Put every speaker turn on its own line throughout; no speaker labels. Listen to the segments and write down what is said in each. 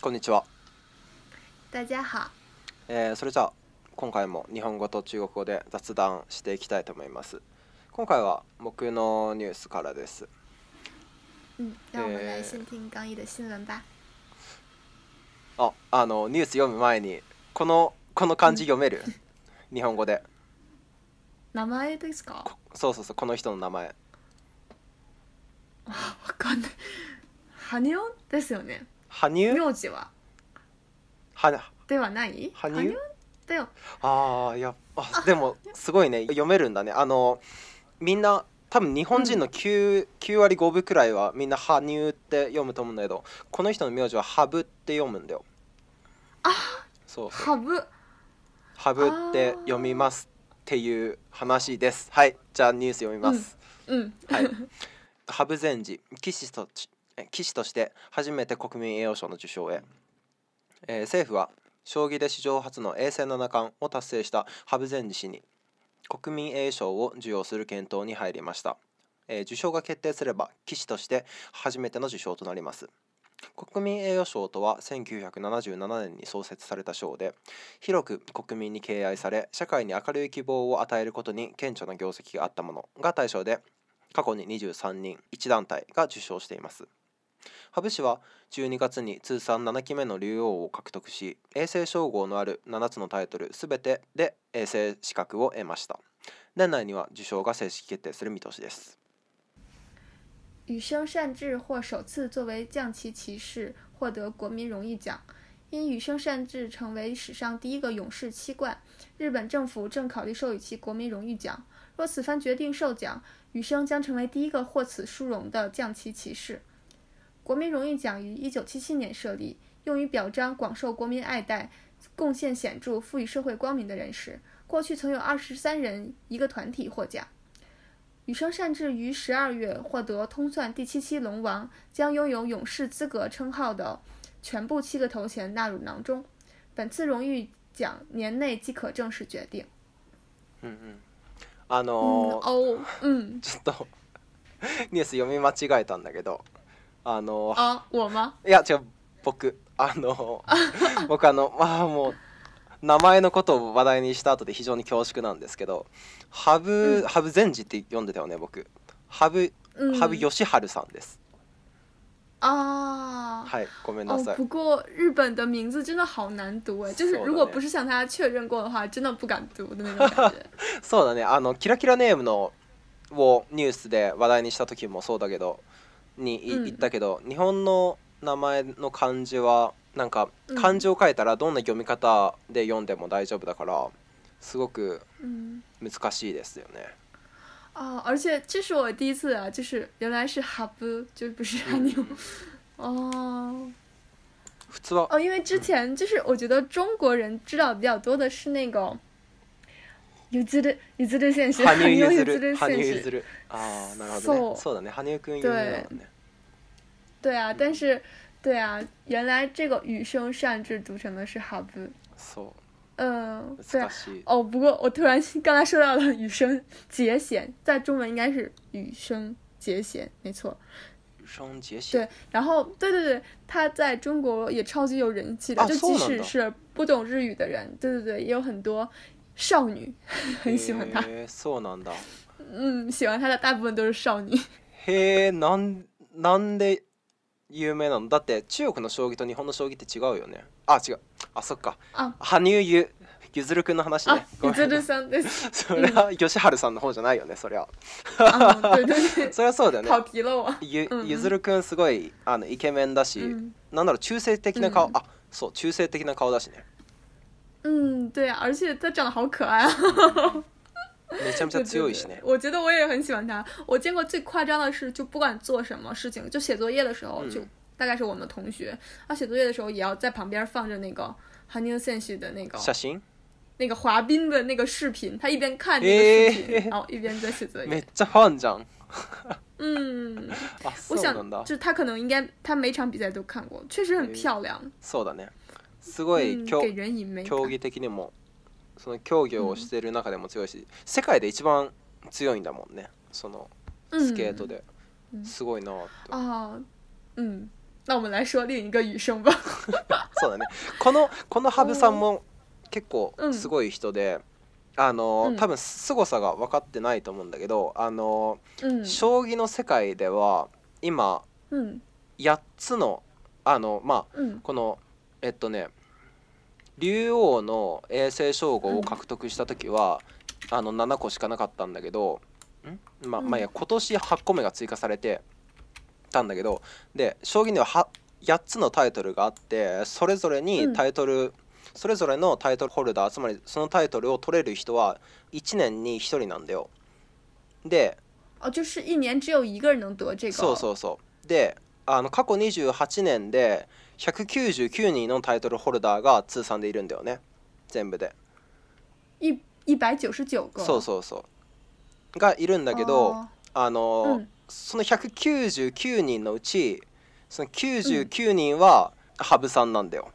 こんにちは、
大家好，
えーそれじゃあ今回も日本語と中国語で雑談していきたいと思います今回は僕のニュースからです
嗯，让我们来
呃
先听刚毅的新闻吧。
ああのニュース読む前にこのこの漢字読める 日本語で
名前ですか？
こそうそうそうこの人の名前
わかんない。羽生ですよね。
羽生
名字は
は
ではない？
羽生
だよ。
あーいやあでもすごいね読めるんだねあのみんな多分日本人の 9,、9割5分くらいはみんな羽生って読むと思うんだけどこの人の名字は羽生って読むんだよそう
ハブ。
ハブって読みますっていう話です。はい、じゃあニュース読みます。
うん。
はい。 ハブ善治棋士とちえ棋士として初めて国民栄誉賞の受賞へ、えー政府は将棋で史上初の永世七冠を達成した羽生善治氏に国民栄誉賞を授与する検討に入りました、えー受賞が決定すれば棋士として初めての受賞となります国民栄誉賞とは1977年に創設された賞で広く国民に敬愛され社会に明るい希望を与えることに顕著な業績があったものが対象で過去に23人1団体が受賞しています羽生氏は12月に通算7期目の竜王を獲得し永世称号のある7つのタイトル全てで永世資格を得ました年内には受賞が正式決定する見通しです
羽生善治或首次作为将棋骑士获得国民荣誉奖。因羽生善治成为史上第一个勇士七冠，日本政府正考虑授予其国民荣誉奖。若此番决定授奖，羽生将成为第一个获此殊荣的将棋骑士。国民荣誉奖于1977年设立，用于表彰广受国民爱戴、贡献显著、赋予社会光明的人士。过去曾有23人一个团体获奖。羽生善治于十二月获得通算第七期龙王，将拥有勇士资格称号的全部七个头衔纳入囊中。本次荣誉奖年内即可正式决定。
うんうんあ
嗯
のー
哦，嗯
ちょっとニュース読み間違えたんだけどあのー
啊，我吗？
いや違う僕あ の僕あのまあもう名前のことを話題にした後で非常に恐縮なんですけど羽生、
うん
羽生善治って読んでたよね僕羽
嗯
生羽生善治さんです、
啊。
はいごめんな
哦
さ，い、
不过日本的名字真的好难读哎，就是
そうだね
如果不是向他确认过的话，真的不敢读的那种感觉。
そうだねあのキラキラネームのをニュースで話題にした時もそうだけどにい
うん
言ったけど、日本の名前の漢字はなんか
うん
漢字を書いたらどんな読み方で読んでも大丈夫だからすごく
嗯，
難しいですよね。
哦，而且这是我第一次啊，就是原来是哈布，就不是哈牛。哦，
普通は
哦，因为之前就是我觉得中国人知道比较多的是那个ゆずるゆずる先生，
羽生結
羽
弦
生結
羽
弦
生
選
結
手，
弦ああなるほどね
そう
そうだね羽生くん有名だもんね
对啊，但是对啊，原来这个羽生善治读成的是哈布，
そ
嗯
う，
对啊
難。しい
哦，不过我突然刚才说到了羽生结弦，在中文应该是羽生结弦，没错。
双节
对
弦，
然后对对对，他在中国也超级有人气的，
啊
就
そう
即
なん
使
だ
是不懂日语的人，对对对，也有很多少女很喜欢他。
へーそうなんだ
嗯，喜欢他的大部分都是少女。
へえなんなんで有名なのだって中国の将棋と日本の将棋って違うよねあ違うあそっか
あ
羽生ゆ結弦くんの話ね
啊，
ご
ゆ
め
ず
ん
るさん です。
それは吉原さんの方じゃないよねそりゃ
啊，对对
そりゃそうだよ
对，
ね
跑题了我。
ゆ
うんうん
ゆずるくんすごいあのイケメンだし、
嗯
なんだろう中性的な顔、
うん
あそう中性的な顔だしね
嗯，对啊，而且他长得好可爱啊。
めちゃめちゃ
对
強
对
いし ね
对，我觉得我也很喜欢他。我见过最夸张的是，就不管做什么事情，就写作业的时候，
嗯
就大概是我们的同学，他写作业的时候也要在旁边放着那个 h a n i 的那个
写真
那个滑冰的那个视频，他一边看那个视频，
诶
然后一边在写作
め
业
っ。ちゃファンじゃん
嗯，
あ
我
そう
想
なん
就
だ
是他可能应该他每场比赛都看过，确实很
诶
漂亮，
そうだねすごい
嗯，
競
给人以美感。
競技的にもその競技をしてる中でも強いし、世界で一番強いんだもんねその
嗯
スケートで、
うん
すごいなって
啊，嗯，那我们来说另一个羽生吧。
そうだねこのこの羽生さんも結構すごい人で、あの
うん
多分凄さが分かってないと思うんだけどあの、
嗯
将棋の世界では今
嗯
8つのあのまあ
嗯
このえっとね竜王の永世称号を獲得した時は、あの7個しかなかったんだけどんまあ
うん
まあいいや今年8個目が追加されてたんだけどで将棋にはは8つのタイトルがあってそれぞれ
う
に
ん
タイトル、それぞれのタイトルホルダーつまりそのタイトルを取れる人は1年に1人なんだよ。で
哦，就是一年只有一个人能得这个。
そうそうそうであの過去28年で199人のタイトルホルダーが通算でいるんだよね全部で
一一百九十九个。
そうそうそうがいるんだけど
哦
あの、
うん
その199人のうちその99人は羽生さんなんだよ、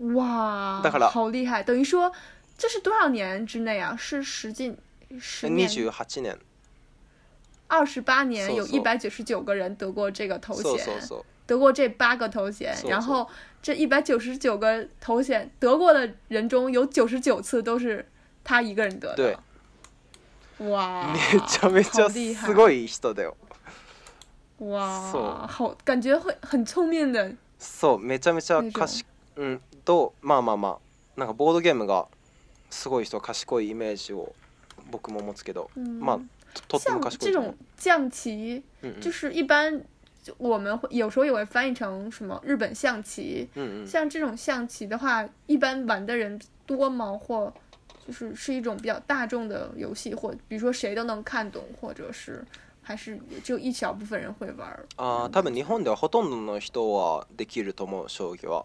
哇，
だから
好厉害！等于说这是多少年之内啊？是十几
哎
十年、
28年
二十八年，
そう
有
そう
一百九十九个人得过这个头衔，
そうそうそう
得过这八个头衔。
そうそう
然后这一百九十九个头衔得过的人中，有九十九次都是他一个人得
对
的。哇，
めちゃめちゃ
好厉害
すごい人だよ
哇，
そう
好，感觉会很聪明的。
そうめちゃめちゃ
大丈
賢いうんとまあまあまあなんかボードゲームがすごい人は賢いイメージを僕も持つけど、
嗯，
まあととっても
像
賢い
这
と思う
种象棋，
うんうん
就是一般就我们会有时候也会翻译成什么日本象棋。
うんうん
像这种象棋的话，一般玩的人多吗？或就是是一种比较大众的游戏，或比如说谁都能看懂，或者是还是只有一小部分人会玩儿
あー多分日本ではほとんどの人はできると思う将棋は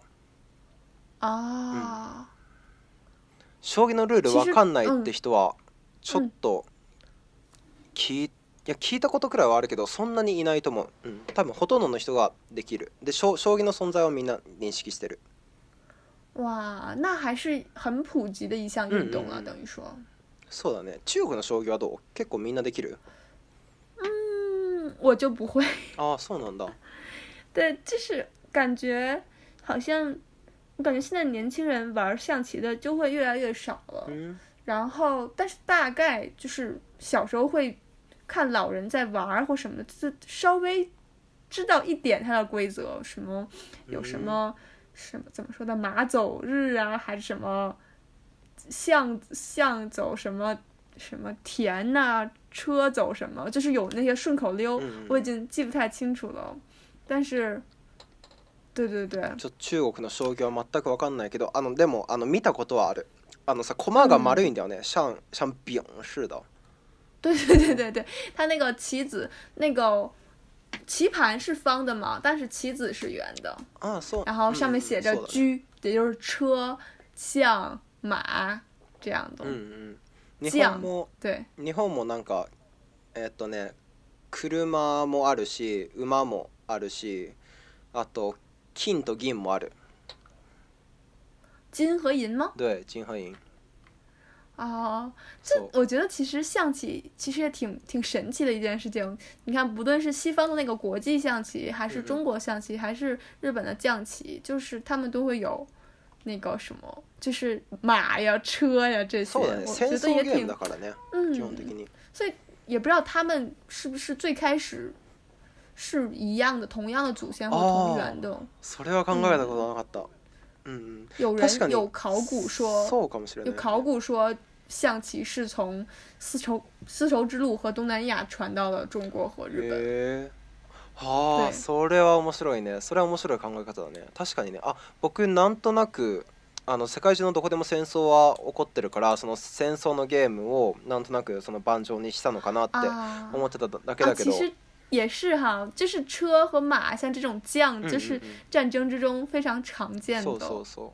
嗯
啊？
将棋のルールわかんないって人は
し
ちょっと聞い,、いや聞いたことくらいはあるけどそんなにいないと思う、うん、多分ほとんどの人ができるで将将棋の存在をみんな認識してる
哇，那还是很普及的一项运动啊，
嗯嗯嗯
等于说。
そうだね中国の将棋はどう結構みんなできる
嗯，我就不会。
ああそうなんだ
对，就是感觉好像，我感觉现在年轻人玩象棋的就会越来越少了。
うん
然后，但是大概就是小时候会看老人在玩儿或什么的，就是稍微知道一点它的规则，什么有什么、什么怎么说的马走日啊，还是什么象象走什么什么田呐、车走什么，就是有那些顺口溜，
嗯嗯
我已经记不太清楚了。但是，对对对，
ちょ中国の将棋は全く分かんないけどあのでもあの見たことはあるあのさ駒が丸いんだよね、シャンシャンビン似的
对对对对对，它那个棋子那个棋盘是方的嘛，但是棋子是圆的，
ああそう
然后上面写着
うんうん
“车”，也就是车、象、马这样的。
そうだねうんうん
ジ
日
ャン
本も
对，
日本もなんかえーっとね車もあるし馬もあるしあと金と銀もある
金和银吗？
对金和銀
哦，
そう
我觉得其实象棋其实也挺挺神奇的一件事情。你看，不论是西方的那个国际象棋，还是
嗯嗯
中国象棋，还是日本的将棋，就是他们都会有那个什么，就是马呀、车呀这些。
そうだね
我
戦
觉得
争
也
ゲーム
挺
だからね
嗯，
基本的に
所以也不知道他们是不是最开始是一样的，同样的祖先或
哦
同源的。
それは考えたことなかったうんうん
有
確か
人
に
有考古说，
そうかもしれな
有
い
考古说象棋是从丝绸丝绸之路和东南亚传到了中国和日本。
へえはあ
对
それは面白いねそれは面白い考え方だね確かにねあ僕なんとなくあの世界中のどこでも戦争は起こってるからその戦争のゲームをなんとなくその盤上にしたのかなって
啊
思ってただけ
啊，
だけ
其
ど、
实也是哈，就是车和马，像这种将，
嗯
就是
嗯嗯
战争之中非常常见的。
そうそうそ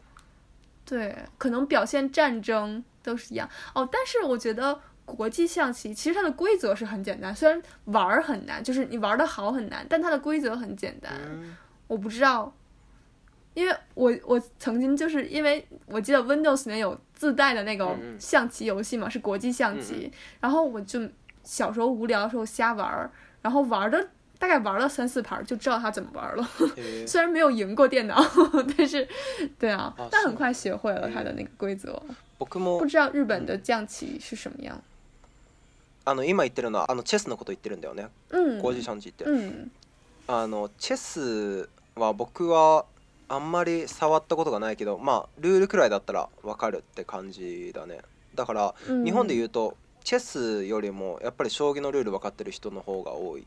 对，可能表现战争都是一样哦。但是我觉得国际象棋其实它的规则是很简单，虽然玩儿很难，就是你玩的好很难，但它的规则很简单
う。うん
我不知道，因为我我曾经就是因为我记得 Windows 里面有自带的那个
嗯嗯
象棋游戏嘛，是国际象棋，然后我就小时候无聊的时候瞎玩儿，然后玩的大概玩了三四盘就知道它怎么玩了。
嘿
虽然没有赢过电脑， 但是，对啊
啊，
但
是
很快学会了
嗯
它的那个规则。
僕
不
も
知道日本的将棋是什么样？
あの今言ってるのはあのチェスのこと言ってるんだよね
嗯
コージションジって、
嗯
あのチェスは僕はあんまり触ったことがないけどまあルールくらいだったら分かるって感じだねだから
嗯，
日本で言うとチェスよりもやっぱり将棋のルール分かってる人の方が多い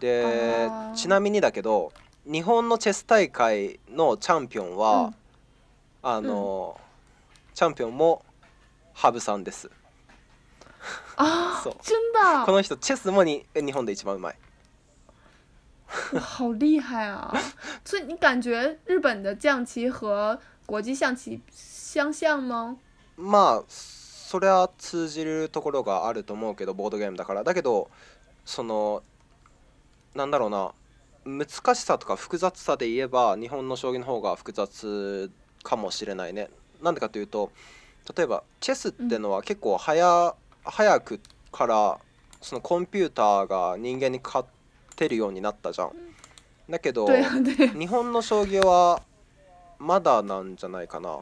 で
あー
ちなみにだけど日本のチェス大会のチャンピオンは、
うん
あの、チャンピオンも羽生さんです
啊
そう，
真的，
この人チェスもに日本で一番うまい
哇，好厉害啊！ 所以你感觉日本的将棋和国际象棋相像吗？
まあそれは通じるところがあると思うけどボードゲームだからだけどそのなんだろうな難しさとか複雑さで言えば日本の将棋の方が複雑かもしれないねなんでかというと例えばチェスってのは結構早,、早くからそのコンピューターが人間に勝てるようになったじゃんだけど
对啊，对啊
日本の将棋はまだなんじゃないかな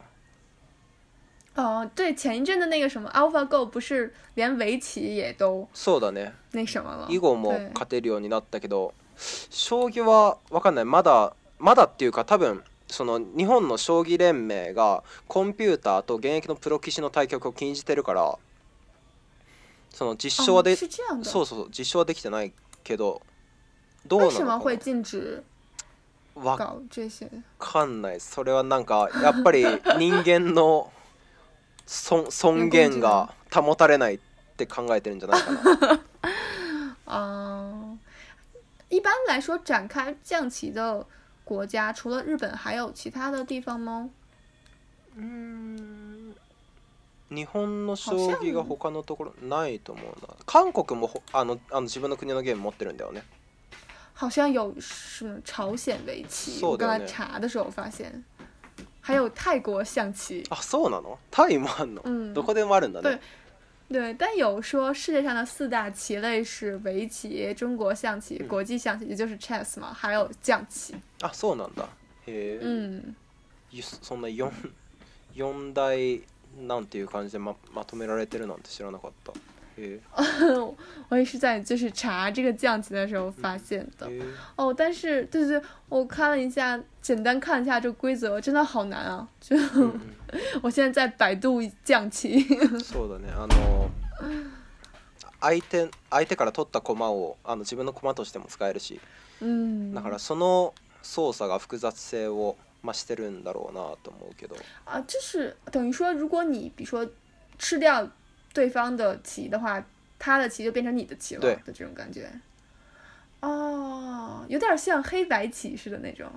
哦，对，前一阵的那个什么 AlphaGo 不是连围棋也都
そうだね
那什么了？
囲碁も
对
勝てるようになったけど将棋は分かんないまだまだっていうか多分その日本の将棋連盟がコンピューターと現役のプロ棋士の対局を禁じてるからその実証は
哦
で、
是这样的，
そうそうそう実証はできてないけどどう
为
な
什么
のか
会
な
禁止
分
搞这些？
かんないそれはなんかやっぱり人間の尊尊厳が保たれないって考えてるんじゃないかな。
嗯，一般来说，展开降旗的国家，除了日本，还有其他的地方吗？
うーん日本の将棋が他のところないと思うな韓国もほあのあの自分の国のゲーム持ってるんだよね
好像有什么朝鲜围棋，
そう
我
だ
刚
よね
才查的时候发现，还有泰国象棋。
あそうなのタイもあんの、
嗯，
どこでもあるんだね
对，但有说世界上的四大棋类是围棋、中国象棋、
嗯
国际象棋，也就是 chess 嘛，还有象棋。
あそうなんだへえ、
嗯，
ゆそんな 4, 4大なんていう感じでままとめられてるなんて知らなかったへ
我也是在就是查这个象棋的时候发现
え
的。
へえ
哦，但是对对对，我看了一下，简单看了一下这个规则，真的好难啊！就
うん
我现在在百度降棋，
うんそうだねあの相手相手から取った駒をあの自分の駒としても使えるし
嗯，
だからその操作が複雑性を増してるんだろうなと思うけど
啊，就是等于说，如果你比如说吃掉对方的棋的话，他的棋就变成你的棋了
对
的这种感觉。哦，有点像黑白棋似的那种。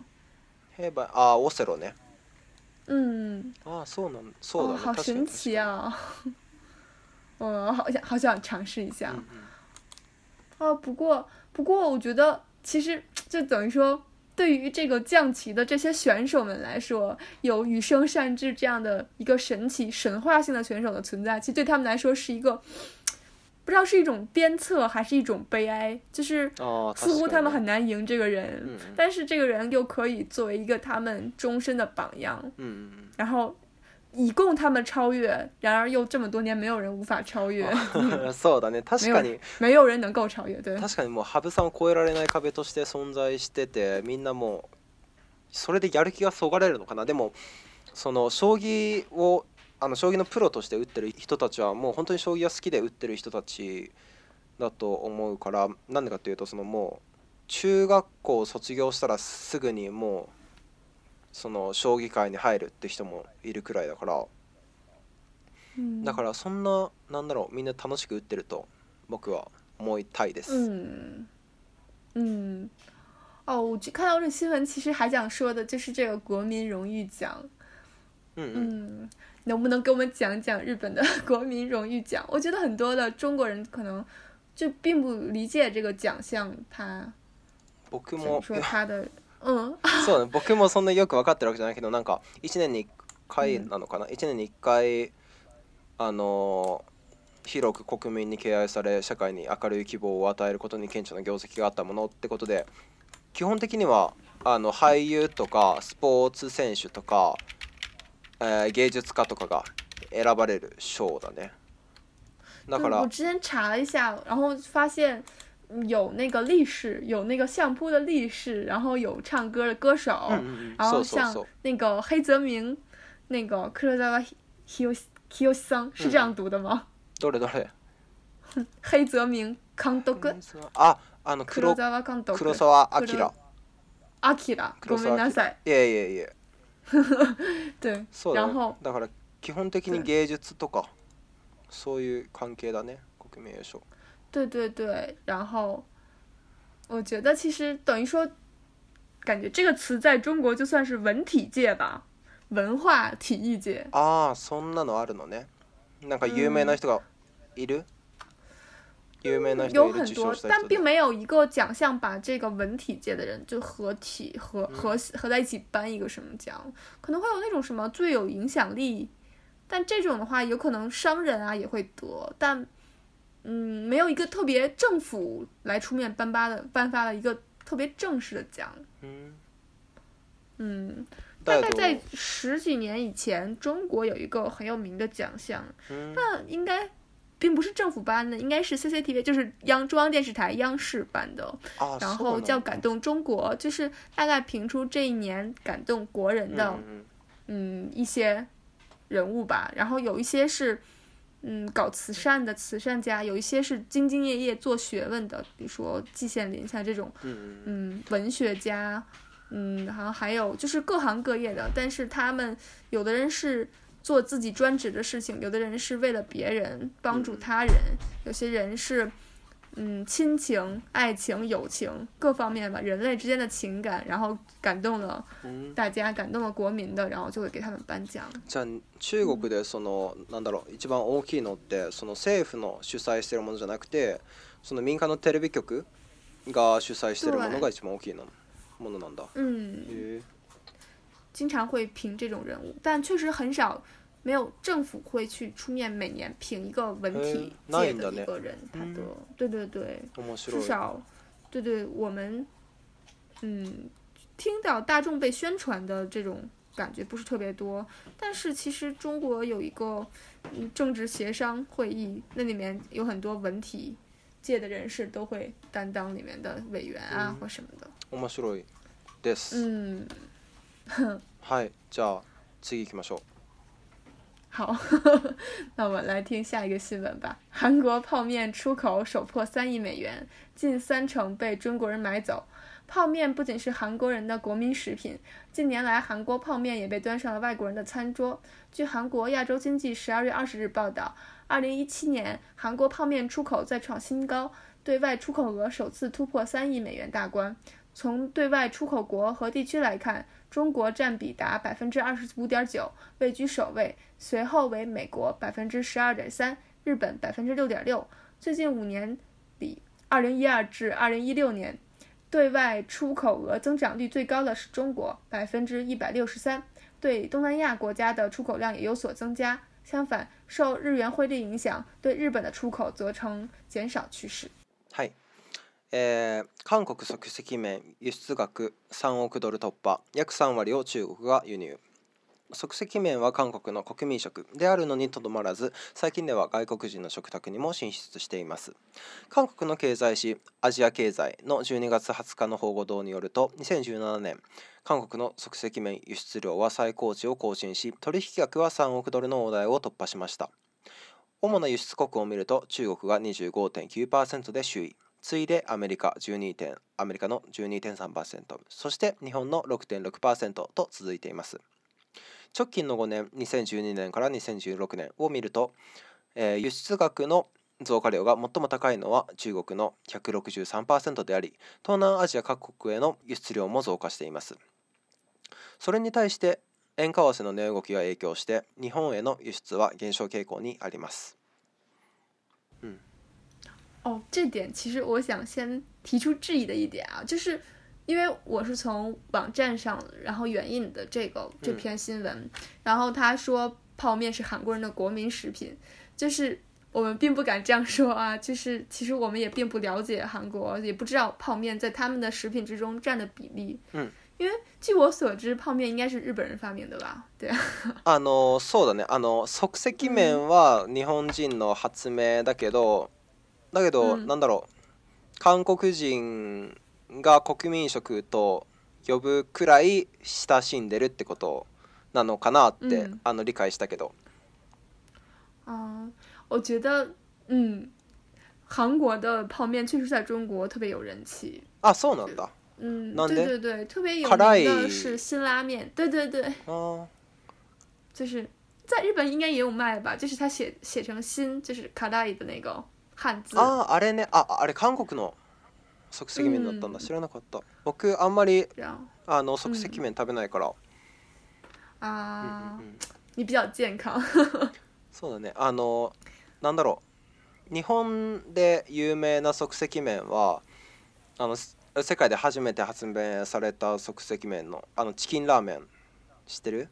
ヘーバーあーオセロね
嗯，
あーそうなんそうだ
哦，
ね、
好
確かに
神奇啊！ 我好想好想尝试一下。
確かにうんうん
啊，不过不过，我觉得其实就等于说，对于这个降旗的这些选手们来说，有羽生善治这样的一个神奇神话性的选手的存在，其实对他们来说是一个不知道是一种鞭策还是一种悲哀，就是嗯
あー
似乎
確
哦他们
かに
很
ね
难赢这个
うん
人，但是这个人又可以作为一个他们终身的榜样，
うんうん
然后。以供他们超越，然而又这么多年没有人无法超越，
うん そうだね確かに
没有人能够超越。对，
確かにもう羽生さんを超えられない壁として存在しててみんなもうそれでやる気がそがれるのかなでもその将棋をあの将棋のプロとして打ってる人たちはもう本当に将棋が好きで打ってる人たちだと思うからなんでかっていうとそのもう中学校を卒業したらすぐにもうその将棋界に入るって人もいるくらいだから
嗯，
だからそんななんだろうみんな楽しく打ってると僕は思いたいです。
嗯，嗯，哦，我去看到这新闻，其实还想说的就是这个国民荣誉奖，
うんうん
嗯，能不能给我们讲讲日本的 国民荣誉奖？我觉得很多的中国人可能就并不理解这个奖项，它
僕
怎么
も
说它的， 嗯，
そうだね僕もそんなよく分かってるわけじゃないけどなんか1年に1回なのかな、1年に1回あのー広く国民に敬愛され社会に明るい希望を与えることに顕著な業績があったものってことで基本的にはあの俳優とかスポーツ選手とか、えー芸術家とかが選ばれる賞だねだか
对我
ら
之前查了一下，然后发现嗯有那个力士，有那个相扑的力士，然后有唱歌的歌手，
嗯嗯嗯
然后
搜搜
像
搜
那个黑泽明，那个克罗扎瓦 Hiro h i r o 桑是这样读的吗？
どれどれ
黑泽明康德根，
ああの
克
黒
嗯罗扎瓦康德
黒
根，
沢明
黒阿基拉，
黒
国
沢
民
明
大赛，
いやいやいや
对，
そうだ,、
然
ね
后、
だから基本的に芸術とかそういう関係だね国民栄誉賞
对对对，然后我觉得其实等于说，感觉这个词在中国就算是文体界吧，文化体育界。
ああそんなのあるのねなんか有名な人がいる、有名な人
有
いる
很
受賞
多
し，た
但
人で
并没有一个奖项把这个文体界的人就合体合合合在一起颁一个什么奖，可能会有那种什么最有影响力，但这种的话有可能商人啊也会得，但嗯，没有一个特别政府来出面颁发的颁发了一个特别正式的奖，
うん
嗯，大
だ
概
けど
在十几年以前，中国有一个很有名的奖项，
うん
那应该并不是政府颁的，应该是 CCTV，就是央中央电视台央视颁的，
あ
然
そうな
后
んだ
叫感动中国，就是大概评出这一年感动国人的
うんうん
嗯一些人物吧，然后有一些是。嗯，搞慈善的慈善家有一些是兢兢业业做学问的，比如说季羡林，像这种
うんうん
嗯，文学家，嗯，然后还有就是各行各业的，但是他们有的人是做自己专职的事情，有的人是为了别人帮助
嗯
他人，有些人是嗯亲情、爱情、友情各方面吧，人类之间的情感，然后感动了
うん
大家，感动了国民的，然后就会给他们颁奖。
じゃあ中国でその、なんだろう一番大きいのってその政府の主催してるものじゃなくてその民間のテレビ局が主催してるものが一番大きいのものなんだ。
嗯，
へえ
经常会评这种人物，但确实很少。没有政府会去出面每年评一个文体
嗯那
界
应
的
该
一个人，他
嗯
的对对对，
面白
至
い。
少，对对，我们，嗯，听到大众被宣传的这种感觉不是特别多。但是其实中国有一个嗯政治协商会议，那里面有很多文体界的人士都会担当里面的委员
嗯
啊、或什么的。
面白いです。
嗯，
はいじゃあ次行きましょ
好， 那我们来听下一个新闻吧。韩国泡面出口首破三亿美元，近三成被中国人买走。泡面不仅是韩国人的国民食品，近年来韩国泡面也被端上了外国人的餐桌。据韩国《亚洲经济》十二月二十日报道，二零一七年韩国泡面出口再创新高，对外出口额首次突破三亿美元大关。从对外出口国和地区来看，中国占比达百分之二十五点九，位居首位，随后为美国百分之十二点三，日本百分之六点六。最近五年里，二零一二至二零一六年，对外出口额增长率最高的是中国，百分之一百六十三。对东南亚国家的出口量也有所增加。相反，受日元汇率影响，对日本的出口则呈减少趋势。
う。はい。えー韓国即席麺輸出額3億ドル突破約3割を中国が輸入即席麺は韓国の国民食であるのにとどまらず最近では外国人の食卓にも進出しています韓国の経済誌「アジア経済」の12月20日の報告堂によると2017年韓国の即席麺輸出量は最高値を更新し取引額は3億ドルの大台を突破しました主な輸出国を見ると中国が25.9%で首位次いでアメリカ12点アメリカの12.3%そして日本の6.6%と続いています直近の5年2012年から2016年を見ると、えー輸出額の増加量が最も高いのは中国の163%であり東南アジア各国への輸出量も増加していますそれに対して円為替の値動きが影響して日本への輸出は減少傾向にあります
哦，这点其实我想先提出质疑的一点啊，就是因为我是从网站上然后援引的这个这篇新闻，然后他说泡面是韩国人的国民食品，就是我们并不敢这样说啊，就是其实我们也并不了解韩国，也不知道泡面在他们的食品之中占的比例。
嗯，
因为据我所知，泡面应该是日本人发明的吧？对 啊，
あのそうだねあの即席麺は日本人の発明だけどだけど、
うん
なんだろう韓国人が国民食と呼ぶくらい親しんでるってことなのかなって、
うん
あの理解したけど
啊、我觉得，嗯，韩国的泡面确实在中国特别有人气。
あそうなんだ
嗯，
なん
对
で
对对，特别有
辛
名
い
的是辛拉面。对对对，
あー
就是在日本应该也有卖吧，就是它写写成“辛”，就是卡大伊的那个汉字。
あーあれねああれ韓国の即席麺だったんだ、
うん
知らなかった僕あんまり
然后
あの即席麺食べないから、
啊
う，ん
你比较健康。
そうだねあのなんだろう日本で有名な即席麺はあのす世界で初めて発明された即席麺のあのチキンラーメン知ってる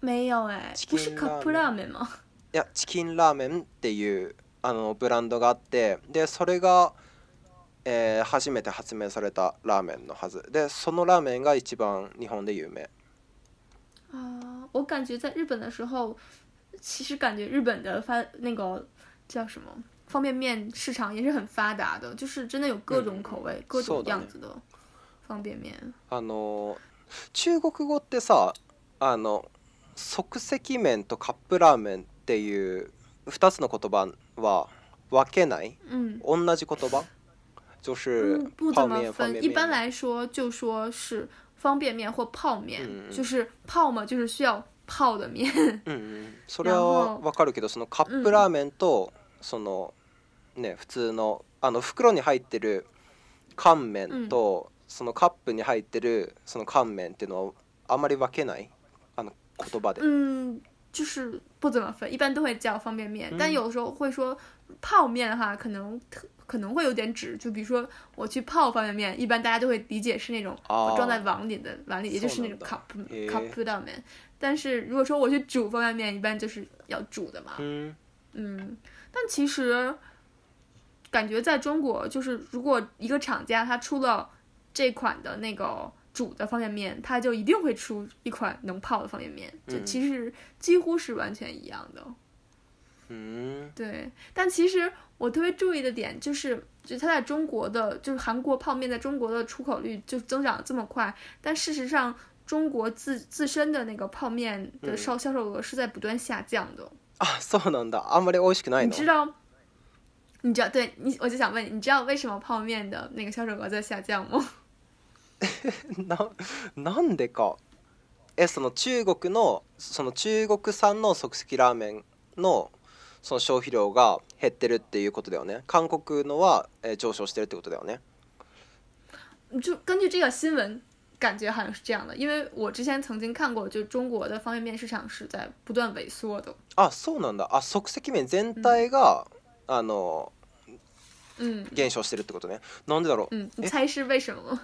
没有哎
チ，キ
不
ン
是
ラーメン
cup ramen 吗？
いやチキンラーメンっていうあのブランドがあってでそれが、えー初めて発明されたラーメンのはずでそのラーメンが一番日本で有名
啊，我感觉在日本的时候，其实感觉日本的发那个叫什么方便面市场也是很发达的，就是真的有各种口味、各
そうだ
嗯种
ね
样子的方便面。
あの中国語ってさあの即席麺とカップラーメンっていう2つの言葉は分けない
嗯。
同じ言葉就是
嗯，不
泡
怎么
面方
分。
便
一般
面
来说就说是方便面或泡面，
嗯嗯
就是泡嘛，就是需要泡的面。
うんうんそれ
然
は
后
分かるけどそのカップラーメンとそのね普通のあの袋に入ってる乾麺とそのカップに入ってるその乾麺っていうのはあまり分けないあの言葉で
嗯，就是不怎么分，一般都会叫方便面，
嗯
但有时候会说泡面的话，可能特可能会有点指，就比如说我去泡方便面，一般大家都会理解是那种
哦
我装在碗里的碗里，也就是那种嗯
送到
cup
的诶
cup 的面。但是如果说我去煮方便面，一般就是要煮的嘛。
うん
嗯，但其实感觉在中国，就是如果一个厂家他出了这款的那个煮的方便面，他就一定会出一款能泡的方便面，就
嗯
其实几乎是完全一样的。
うん
对，但其实我特别注意的点就是，就它在中国的，就是韩国泡面在中国的出口率就增长这么快，但事实上中国自自身的那个泡面的
嗯
销销售额是在不断下降的。
あそうなんだあんまり美味しくない
你
の
知道，你知道，对你，我就想问你，你知道为什么泡面的那个销售额在下降吗？
ななんでかえその中国のその中国産の即席ラーメンのその消費量が減ってるっていうことだよね韓国のは、えー上昇してるってことだよね
就根据这个新闻，感觉好像是这样的，因为我之前曾经看过，就中国的方便面市场是在不断萎缩的。
あそうなんだあ即席麺全体が、あの
嗯
減少してるってことねなんでだろう
嗯，你猜是为什么吗？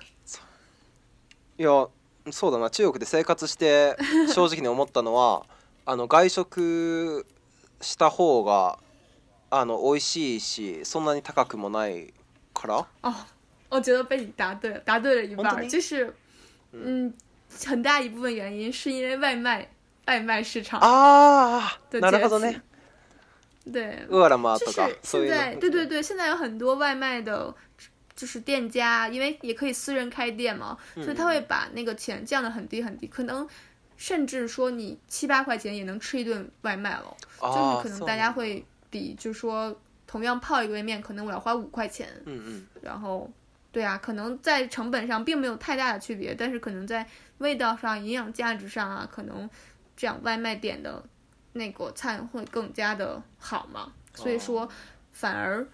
いやそうだな中国で生活して正直に思ったのはあの外食した方があの美味しいしそんなに高くもないから
哦，我觉得被你答对了，答对了一半
本当
儿，
に
就是，嗯，很大一部分原因是因为外卖外卖市
啊
场
ああ
的
なるほど
崛起
ね。
对，
ウアラマー
就
と
是
かそういう
现在，
の
对对对，现在有很多外卖的，就是店家，因为也可以私人开店嘛，所以他会把那个钱降得很低很低，可能甚至说你七八块钱也能吃一顿外卖了，就是
あ
可
ーそ
能
う
大
な
家
んだ
会比就说同样泡一个面，可能我要花五块钱，
うんうん
然后。对啊，可能在成本上并没有太大的区别，但是可能在味道上、营养价值上啊，可能这样外卖点的那个菜会更加的好嘛。所以说，反而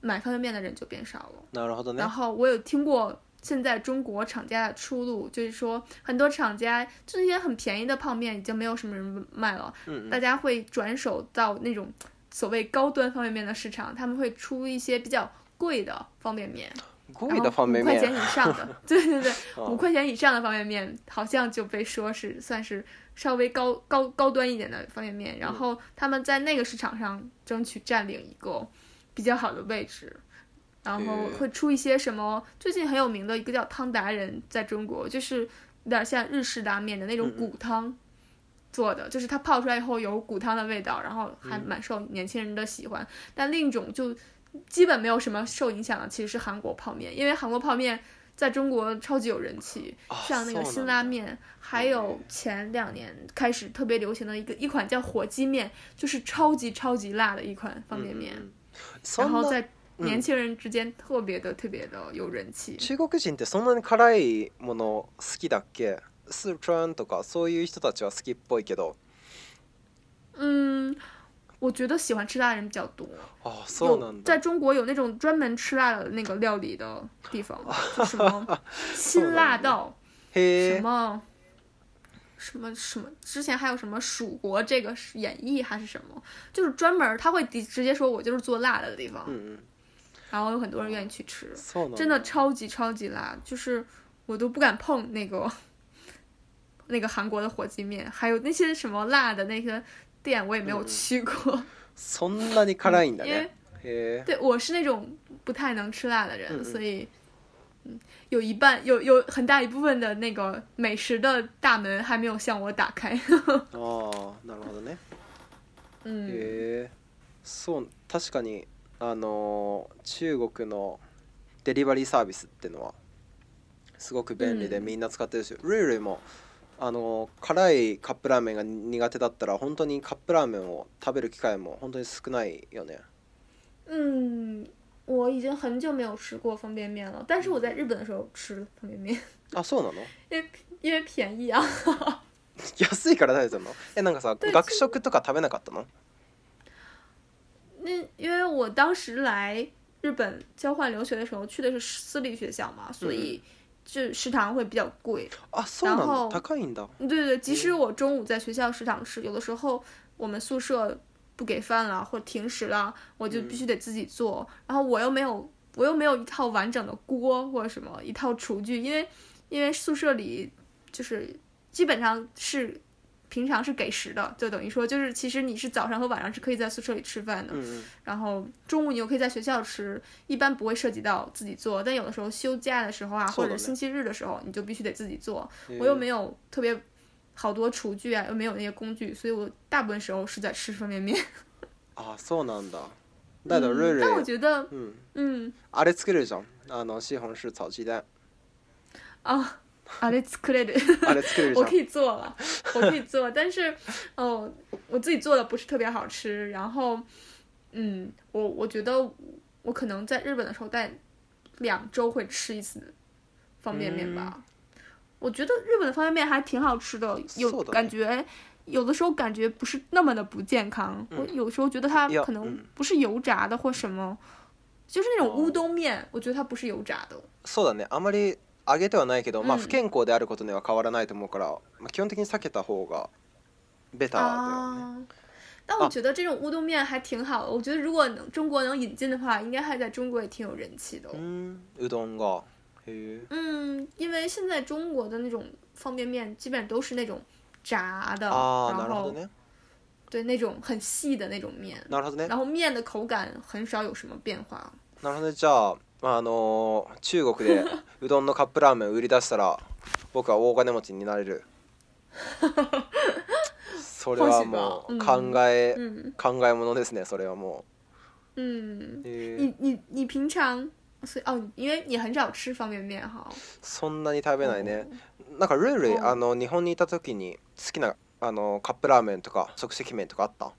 买方便面的人就变少了。
なるほどね
然后我有听过，现在中国厂家的出路就是说，很多厂家这些很便宜的泡面已经没有什么人卖了，
うん
大家会转手到那种所谓高端方便面的市场，他们会出一些比较贵的方便面。
贵
然
的
后
方
五
便
块钱
面，
以上 的，对对对，
啊
五块钱以上的方便面好像就被说是算是稍微高高高端一点的方便面，
嗯
然后他们在那个市场上争取占领一个比较好的位置，然后
对
会出一些什么最近很有名的一个叫汤达人，在中国就是有点像日式拉面的那种骨汤做的，就是它泡出来以后有骨汤的味道，然后还蛮受年轻人的喜欢。但另一种就基本没有什么受影响的，其实是韩国泡面，因为韩国泡面在中国超级有人气，
啊
像那个
そう
辛
な
拉
んだ
面，还有前两年开始特别流行的一个一款叫火鸡面，就是超级超级辣的一款方便面，
うんうんうんそ
然
ん
后嗯
な
在年轻人之间特别的、特别的有人气。
中国人ってそんなに辛いもの好きだっけスー川とかそういう人たちは好きっぽいけど
嗯，我觉得喜欢吃辣的人比较多。
ああそうな
有
ん
在
だ
中国有那种专门吃辣的那个料理的地 方，就什么
そう
辛
なん
辣
だ
道，
へ
什
え
么什么什么，之前还有什么蜀国这个是演义还是什么，就是专门儿他会直直接说我就是做辣的地方
うん，うん
然后有很多人愿意去吃，
そうなんだ
真的超级超级辣，就是我都不敢碰那个那个韩国的火鸡面，还有那些什么辣的那些店我也
嗯
没有去过，
そんなに辛いんだ
因为
ねへえ
对，我是那种不太能吃辣的人，
嗯嗯
所以，嗯，有一半有有很大一部分的那个美食的大门还没有向我打开。
あ あなるほどね
嗯，
へえそう確かにあのー中国のデリバリーサービスってのはすごく便利で
うん
みんな使ってるし、ルイルイもあのー辛いカップラーメンが苦手だったら本当にカップラーメンを食べる機会も本当に少ないよね。
嗯，我已经很久没有吃过方便面了，但是我
嗯
在日本的时候吃方便面，
あそうなの
因为因为便宜啊。
安いから食べてんのえなんかさ
で
学食とか食べなかったの
那因为我当时来日本交换留学的时候去的是私立学校嘛，所以就食堂会比较贵。
あそうな
然
の
后
高いんだ。
对对，即使我中午在学校食堂吃，有的时候我们宿舍不给饭了或停食了，我就必须得自己做。然后我又没有，我又没有一套完整的锅或者什么一套厨具，因为因为宿舍里就是基本上是平常是给食的，就等于说就是其实你是早上和晚上是可以在宿舍里吃饭的，
うんうん
然后中午你又可以在学校吃，一般不会涉及到自己做，但有的时候休假的时候啊，
做
或
了
者
没
星期日的时候，你就必须得自己做。
へ
我又
え
没有特别好多厨具啊，又没有那些工具，所以我大部分时候是在吃方便面。
あそうなんだ。だか
嗯
らルイ
但我
ルイ
觉得，
うん
嗯，
あれ作れるじゃん。あの西本市炒鸡 蛋。
啊，啊， 这 c r e d
あれ作れるじ
我
ゃん
可。以做了，我可以做，但是，哦，我自己做的不是特别好吃。然后，嗯，我我觉得我可能在日本的时候，在两周会吃一次方便面吧。我觉得日本的方便面还挺好吃的，有
そうだね
感觉，有的时候感觉不是那么的不健康。我嗯有嗯时候觉得它
いや
可能
うん
不是油炸的或什么，就是那种
哦
乌冬面，我觉得它不是油炸的。
そうだねあまり上げてはないけど、まあ、
うん
不健康であることには変わらないと思うから、まあ、基本的に避けた方がベターだよね。
啊。但我觉得这种乌冬面还挺好的，我觉得如果能中国能引进的话，应该还在中国也挺有人气的哦
う。んうどんがへえ
嗯，因为现在中国的那种方便面基本都是那种炸哦的，
ああな
然
るほ
后
どね
对那种很细的那种面，
なるほどね
然后面的口感很少有什么变化。哦
なるほどねじゃあ、まああのー中国 でうどんのカップラーメン売り出したら僕は大金持ちになれ るそれはもう
欲しい
考
わうん
え、
嗯
考えものですねそれはも
嗯，
う、へえ
你你你平常所以哦，因为你很少吃方便面哈。哦
そんなに食べないね、なんかルイルイ、
うん
あの日本にいた時に好きなあのカップラーメンとか即席麺とかあった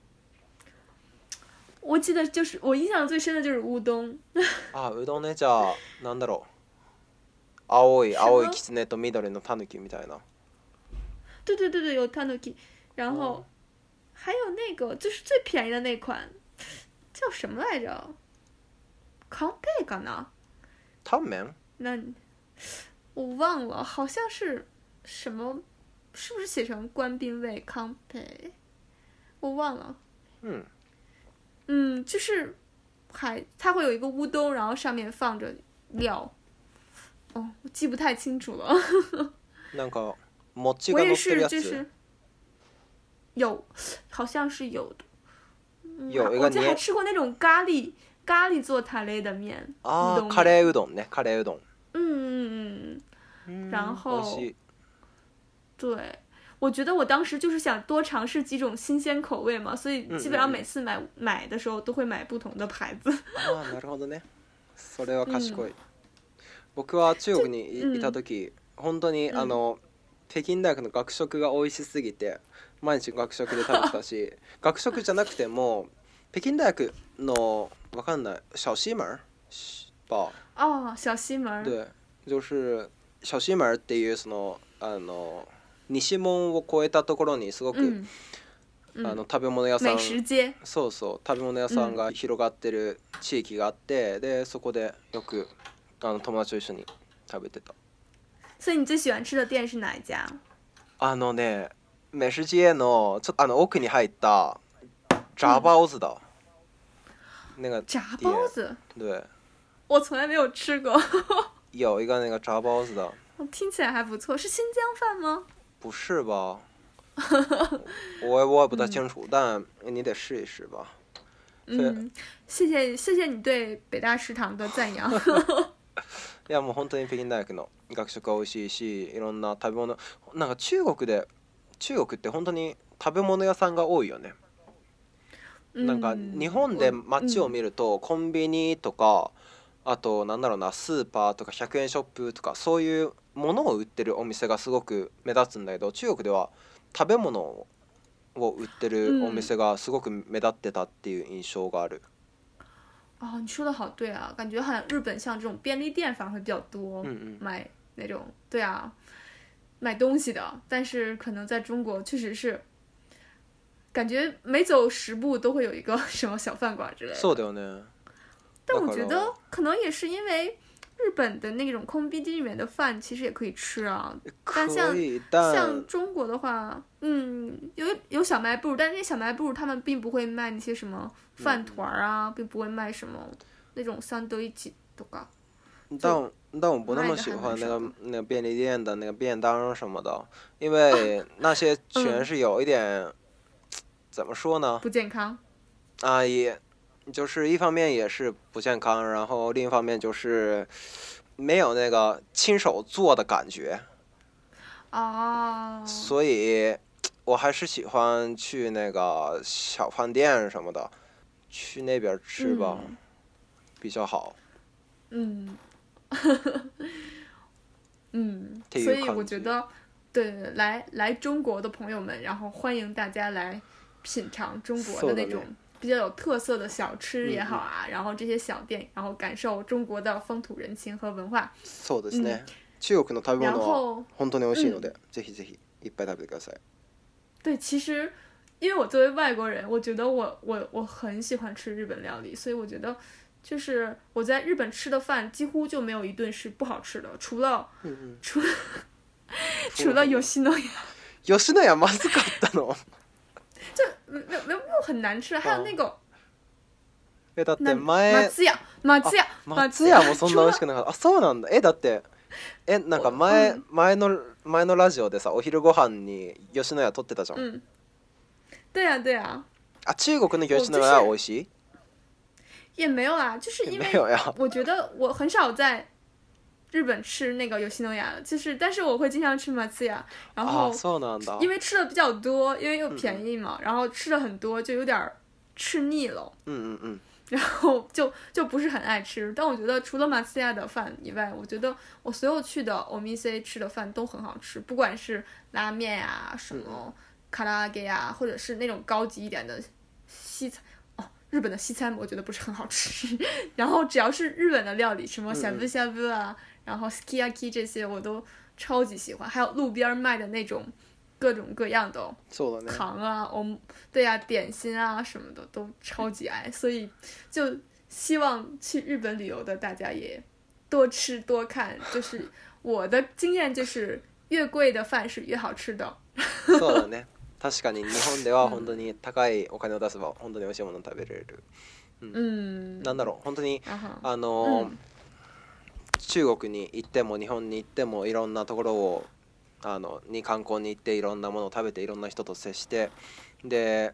我记得就是我印象最深的就是乌冬，
あうどんねじゃあなんだろう青い
その
青いきつねと緑のたぬきみたいな
对对对对，有 tanuki，然后、
嗯
还有那个就是最便宜的那款，叫什么来着？康贝港呢？
タンメン
那你我忘了，好像是什么，是不是写成官兵卫康贝？我忘了。
うん
嗯，就是还它会有一个乌冬，然后上面放着料，哦，我记不太清楚了。
なんか餅
我
が乗ってる
也是，
や
就
つ
是有，好像是有的。嗯
有
还
一个
我记得还
年
吃过那种咖喱咖喱做塔雷的面，
あ
う
あ
どん
カレーうどんねカレーうどん
嗯嗯嗯，
うん
然
美味しい
对。我觉得我当时就是想多尝试几种新鲜口味嘛，所以
嗯
基本上
嗯嗯
每次买、买的时候都会买不同的牌子。
ああなるほどねそれは賢い、僕は中国にい,、
うん
た時本当に、
うん
あの北京大学の学食が美味しすぎて毎日学食で食べてた し学食じゃなくても北京大学のわかんない小西门吧
哦，小西门儿，
对就是小西门っていうそのあの西門を越えたところにすごく、
嗯，
あの
嗯，
食べ物屋さ
美
ん
食街，
そうそう食べ物屋さんが広がってる地域があって、でそこでよくあの友達と一緒に食べてた
所以你最喜欢吃的店是哪一家？
あのねメシジエのちょっとあの奥に入ったジャバオズだ、那个
炸包子，
对
我从来没有吃过，
有一个那个炸包子的
听起来还不错，是新疆饭吗？
不是 吧我我也不太清楚、但你得试一试吧
嗯，谢谢谢谢你对北大食堂的赞 扬。
いやもう本当に北京大学の学食が美味しいしいろんな食べ物なんか中国で中国って本当に食べ物屋さんが多いよね、なんか
嗯
日本で街を見るとコンビニとかあとなんだろうなスーパーとか100円ショップとかそういうものを売ってるお店がすごく目立つんだけど中国では食べ物を売ってるお店がすごく目立ってたっていう印象がある、
哦，你说的好对啊，感觉好像日本像这种便利店反而会比较多，
嗯嗯
买那种对啊，买东西的，但是可能在中国确实是。感觉每走十步都会有一个 什么小饭馆之类的，
そうだよね
但
だ
我
か
觉
ら
得可能也是因为日本的那种空逼机里面的饭其实也可以吃啊，但像
可以但
像中国的话，嗯，有有小卖部，但是那小卖部他们并不会卖那些什么
嗯
饭团儿啊，并不会卖什么那种三得一起とか。
但但我不那
卖
么
得
喜
还蛮
欢那
少啊
个那个便利店的那个便当什么的，因为那些全
嗯
是有一点，怎么说呢？
不健康。
啊，也就是一方面也是不健康，然后另一方面就是没有那个亲手做的感觉，
哦，
所以我还是喜欢去那个小饭店什么的，去那边吃吧，
嗯
比较好。
嗯， 嗯，
这
所
有
以
抗
我觉
拒
得，对来来中国的朋友们，然后欢迎大家来品尝中国
そう
的
だ
那
ね
种比较有特色的小吃也
嗯
好啊，然后这些小店，然后感受中国的风土人情和文化，
そうですね。中国の食べ
然
物は
后
本当に美味しいので、ぜひぜひいっぱい食べてください。
对，其实因为我作为外国人，我觉得我我我很喜欢吃日本料理，所以我觉得就是我在日本吃的饭几乎就没有一顿是不好吃的，除了
うんうん
除了除了有西诺亚，
吉野家まずかった の
没没没有没有很难吃的，还有那个
えだって
那马
前
兹亚马兹亚马
松屋もそんな美味し
除
く
了
なかったあそうなんだえだってえなんか前、
う
前の前のラジオでさお昼ご飯に吉野家撮ってたじゃん、
嗯，对呀、对呀、啊
あ中国の吉野家
お就是
美味しい
也没有啦，就是
也
因
没
为
有呀
我觉得我很少在日本吃那个有西诺亚的，就是但是我会经常吃马兹亚，然后
あそうなんだ
因为吃的比较多，因为又便宜嘛，然后吃的很多就有点儿吃腻了，
うんうんうん
然后就就不是很爱吃。但我觉得除了马斯亚的饭以外，我觉得我所有去的 o m i s 吃的饭都很好吃，不管是拉面呀、什么卡拉给呀，或者是那种高级一点的西餐。哦，日本的西餐我觉得不是很好吃， 然后只要是日本的料理，什么呷哺呷哺啊，然后 sukiyaki 这些我都超级喜欢，还有路边儿卖的那种各种各样的、
そうだね
糖啊，我们对呀、点心啊什么的都超级爱，所以就希望去日本旅游的大家也多吃多看。就是我的经验就是，越贵的饭是越好吃的。
そうだね確かに日本では本当に高いお金を出せば本当に美味しいものを食べれる、
嗯，
なんだろう本当に
然后
あのー
うん
中国に行っても日本に行ってもいろんなところをあのに観光に行っていろんなものを食べていろんな人と接してで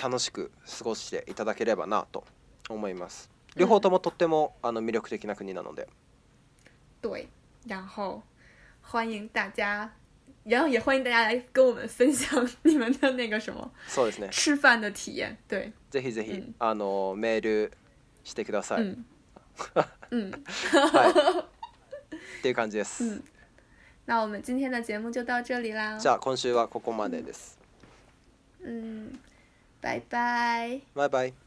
楽しく過ごしていただければなと思います両方ともとっても、あの魅力的な国なので
对，然后欢迎大家，然后也欢迎大家来跟我们分享你们的那个什么
そうですね
吃饭的体验。对，
ぜひぜひ、
うん
あのメールしてください、
嗯嗯
はい、っていう感じです、
嗯，那我们今天的节目就到这里啦
じ。ゃあ今週はここまでです
嗯，拜拜。
バイバイ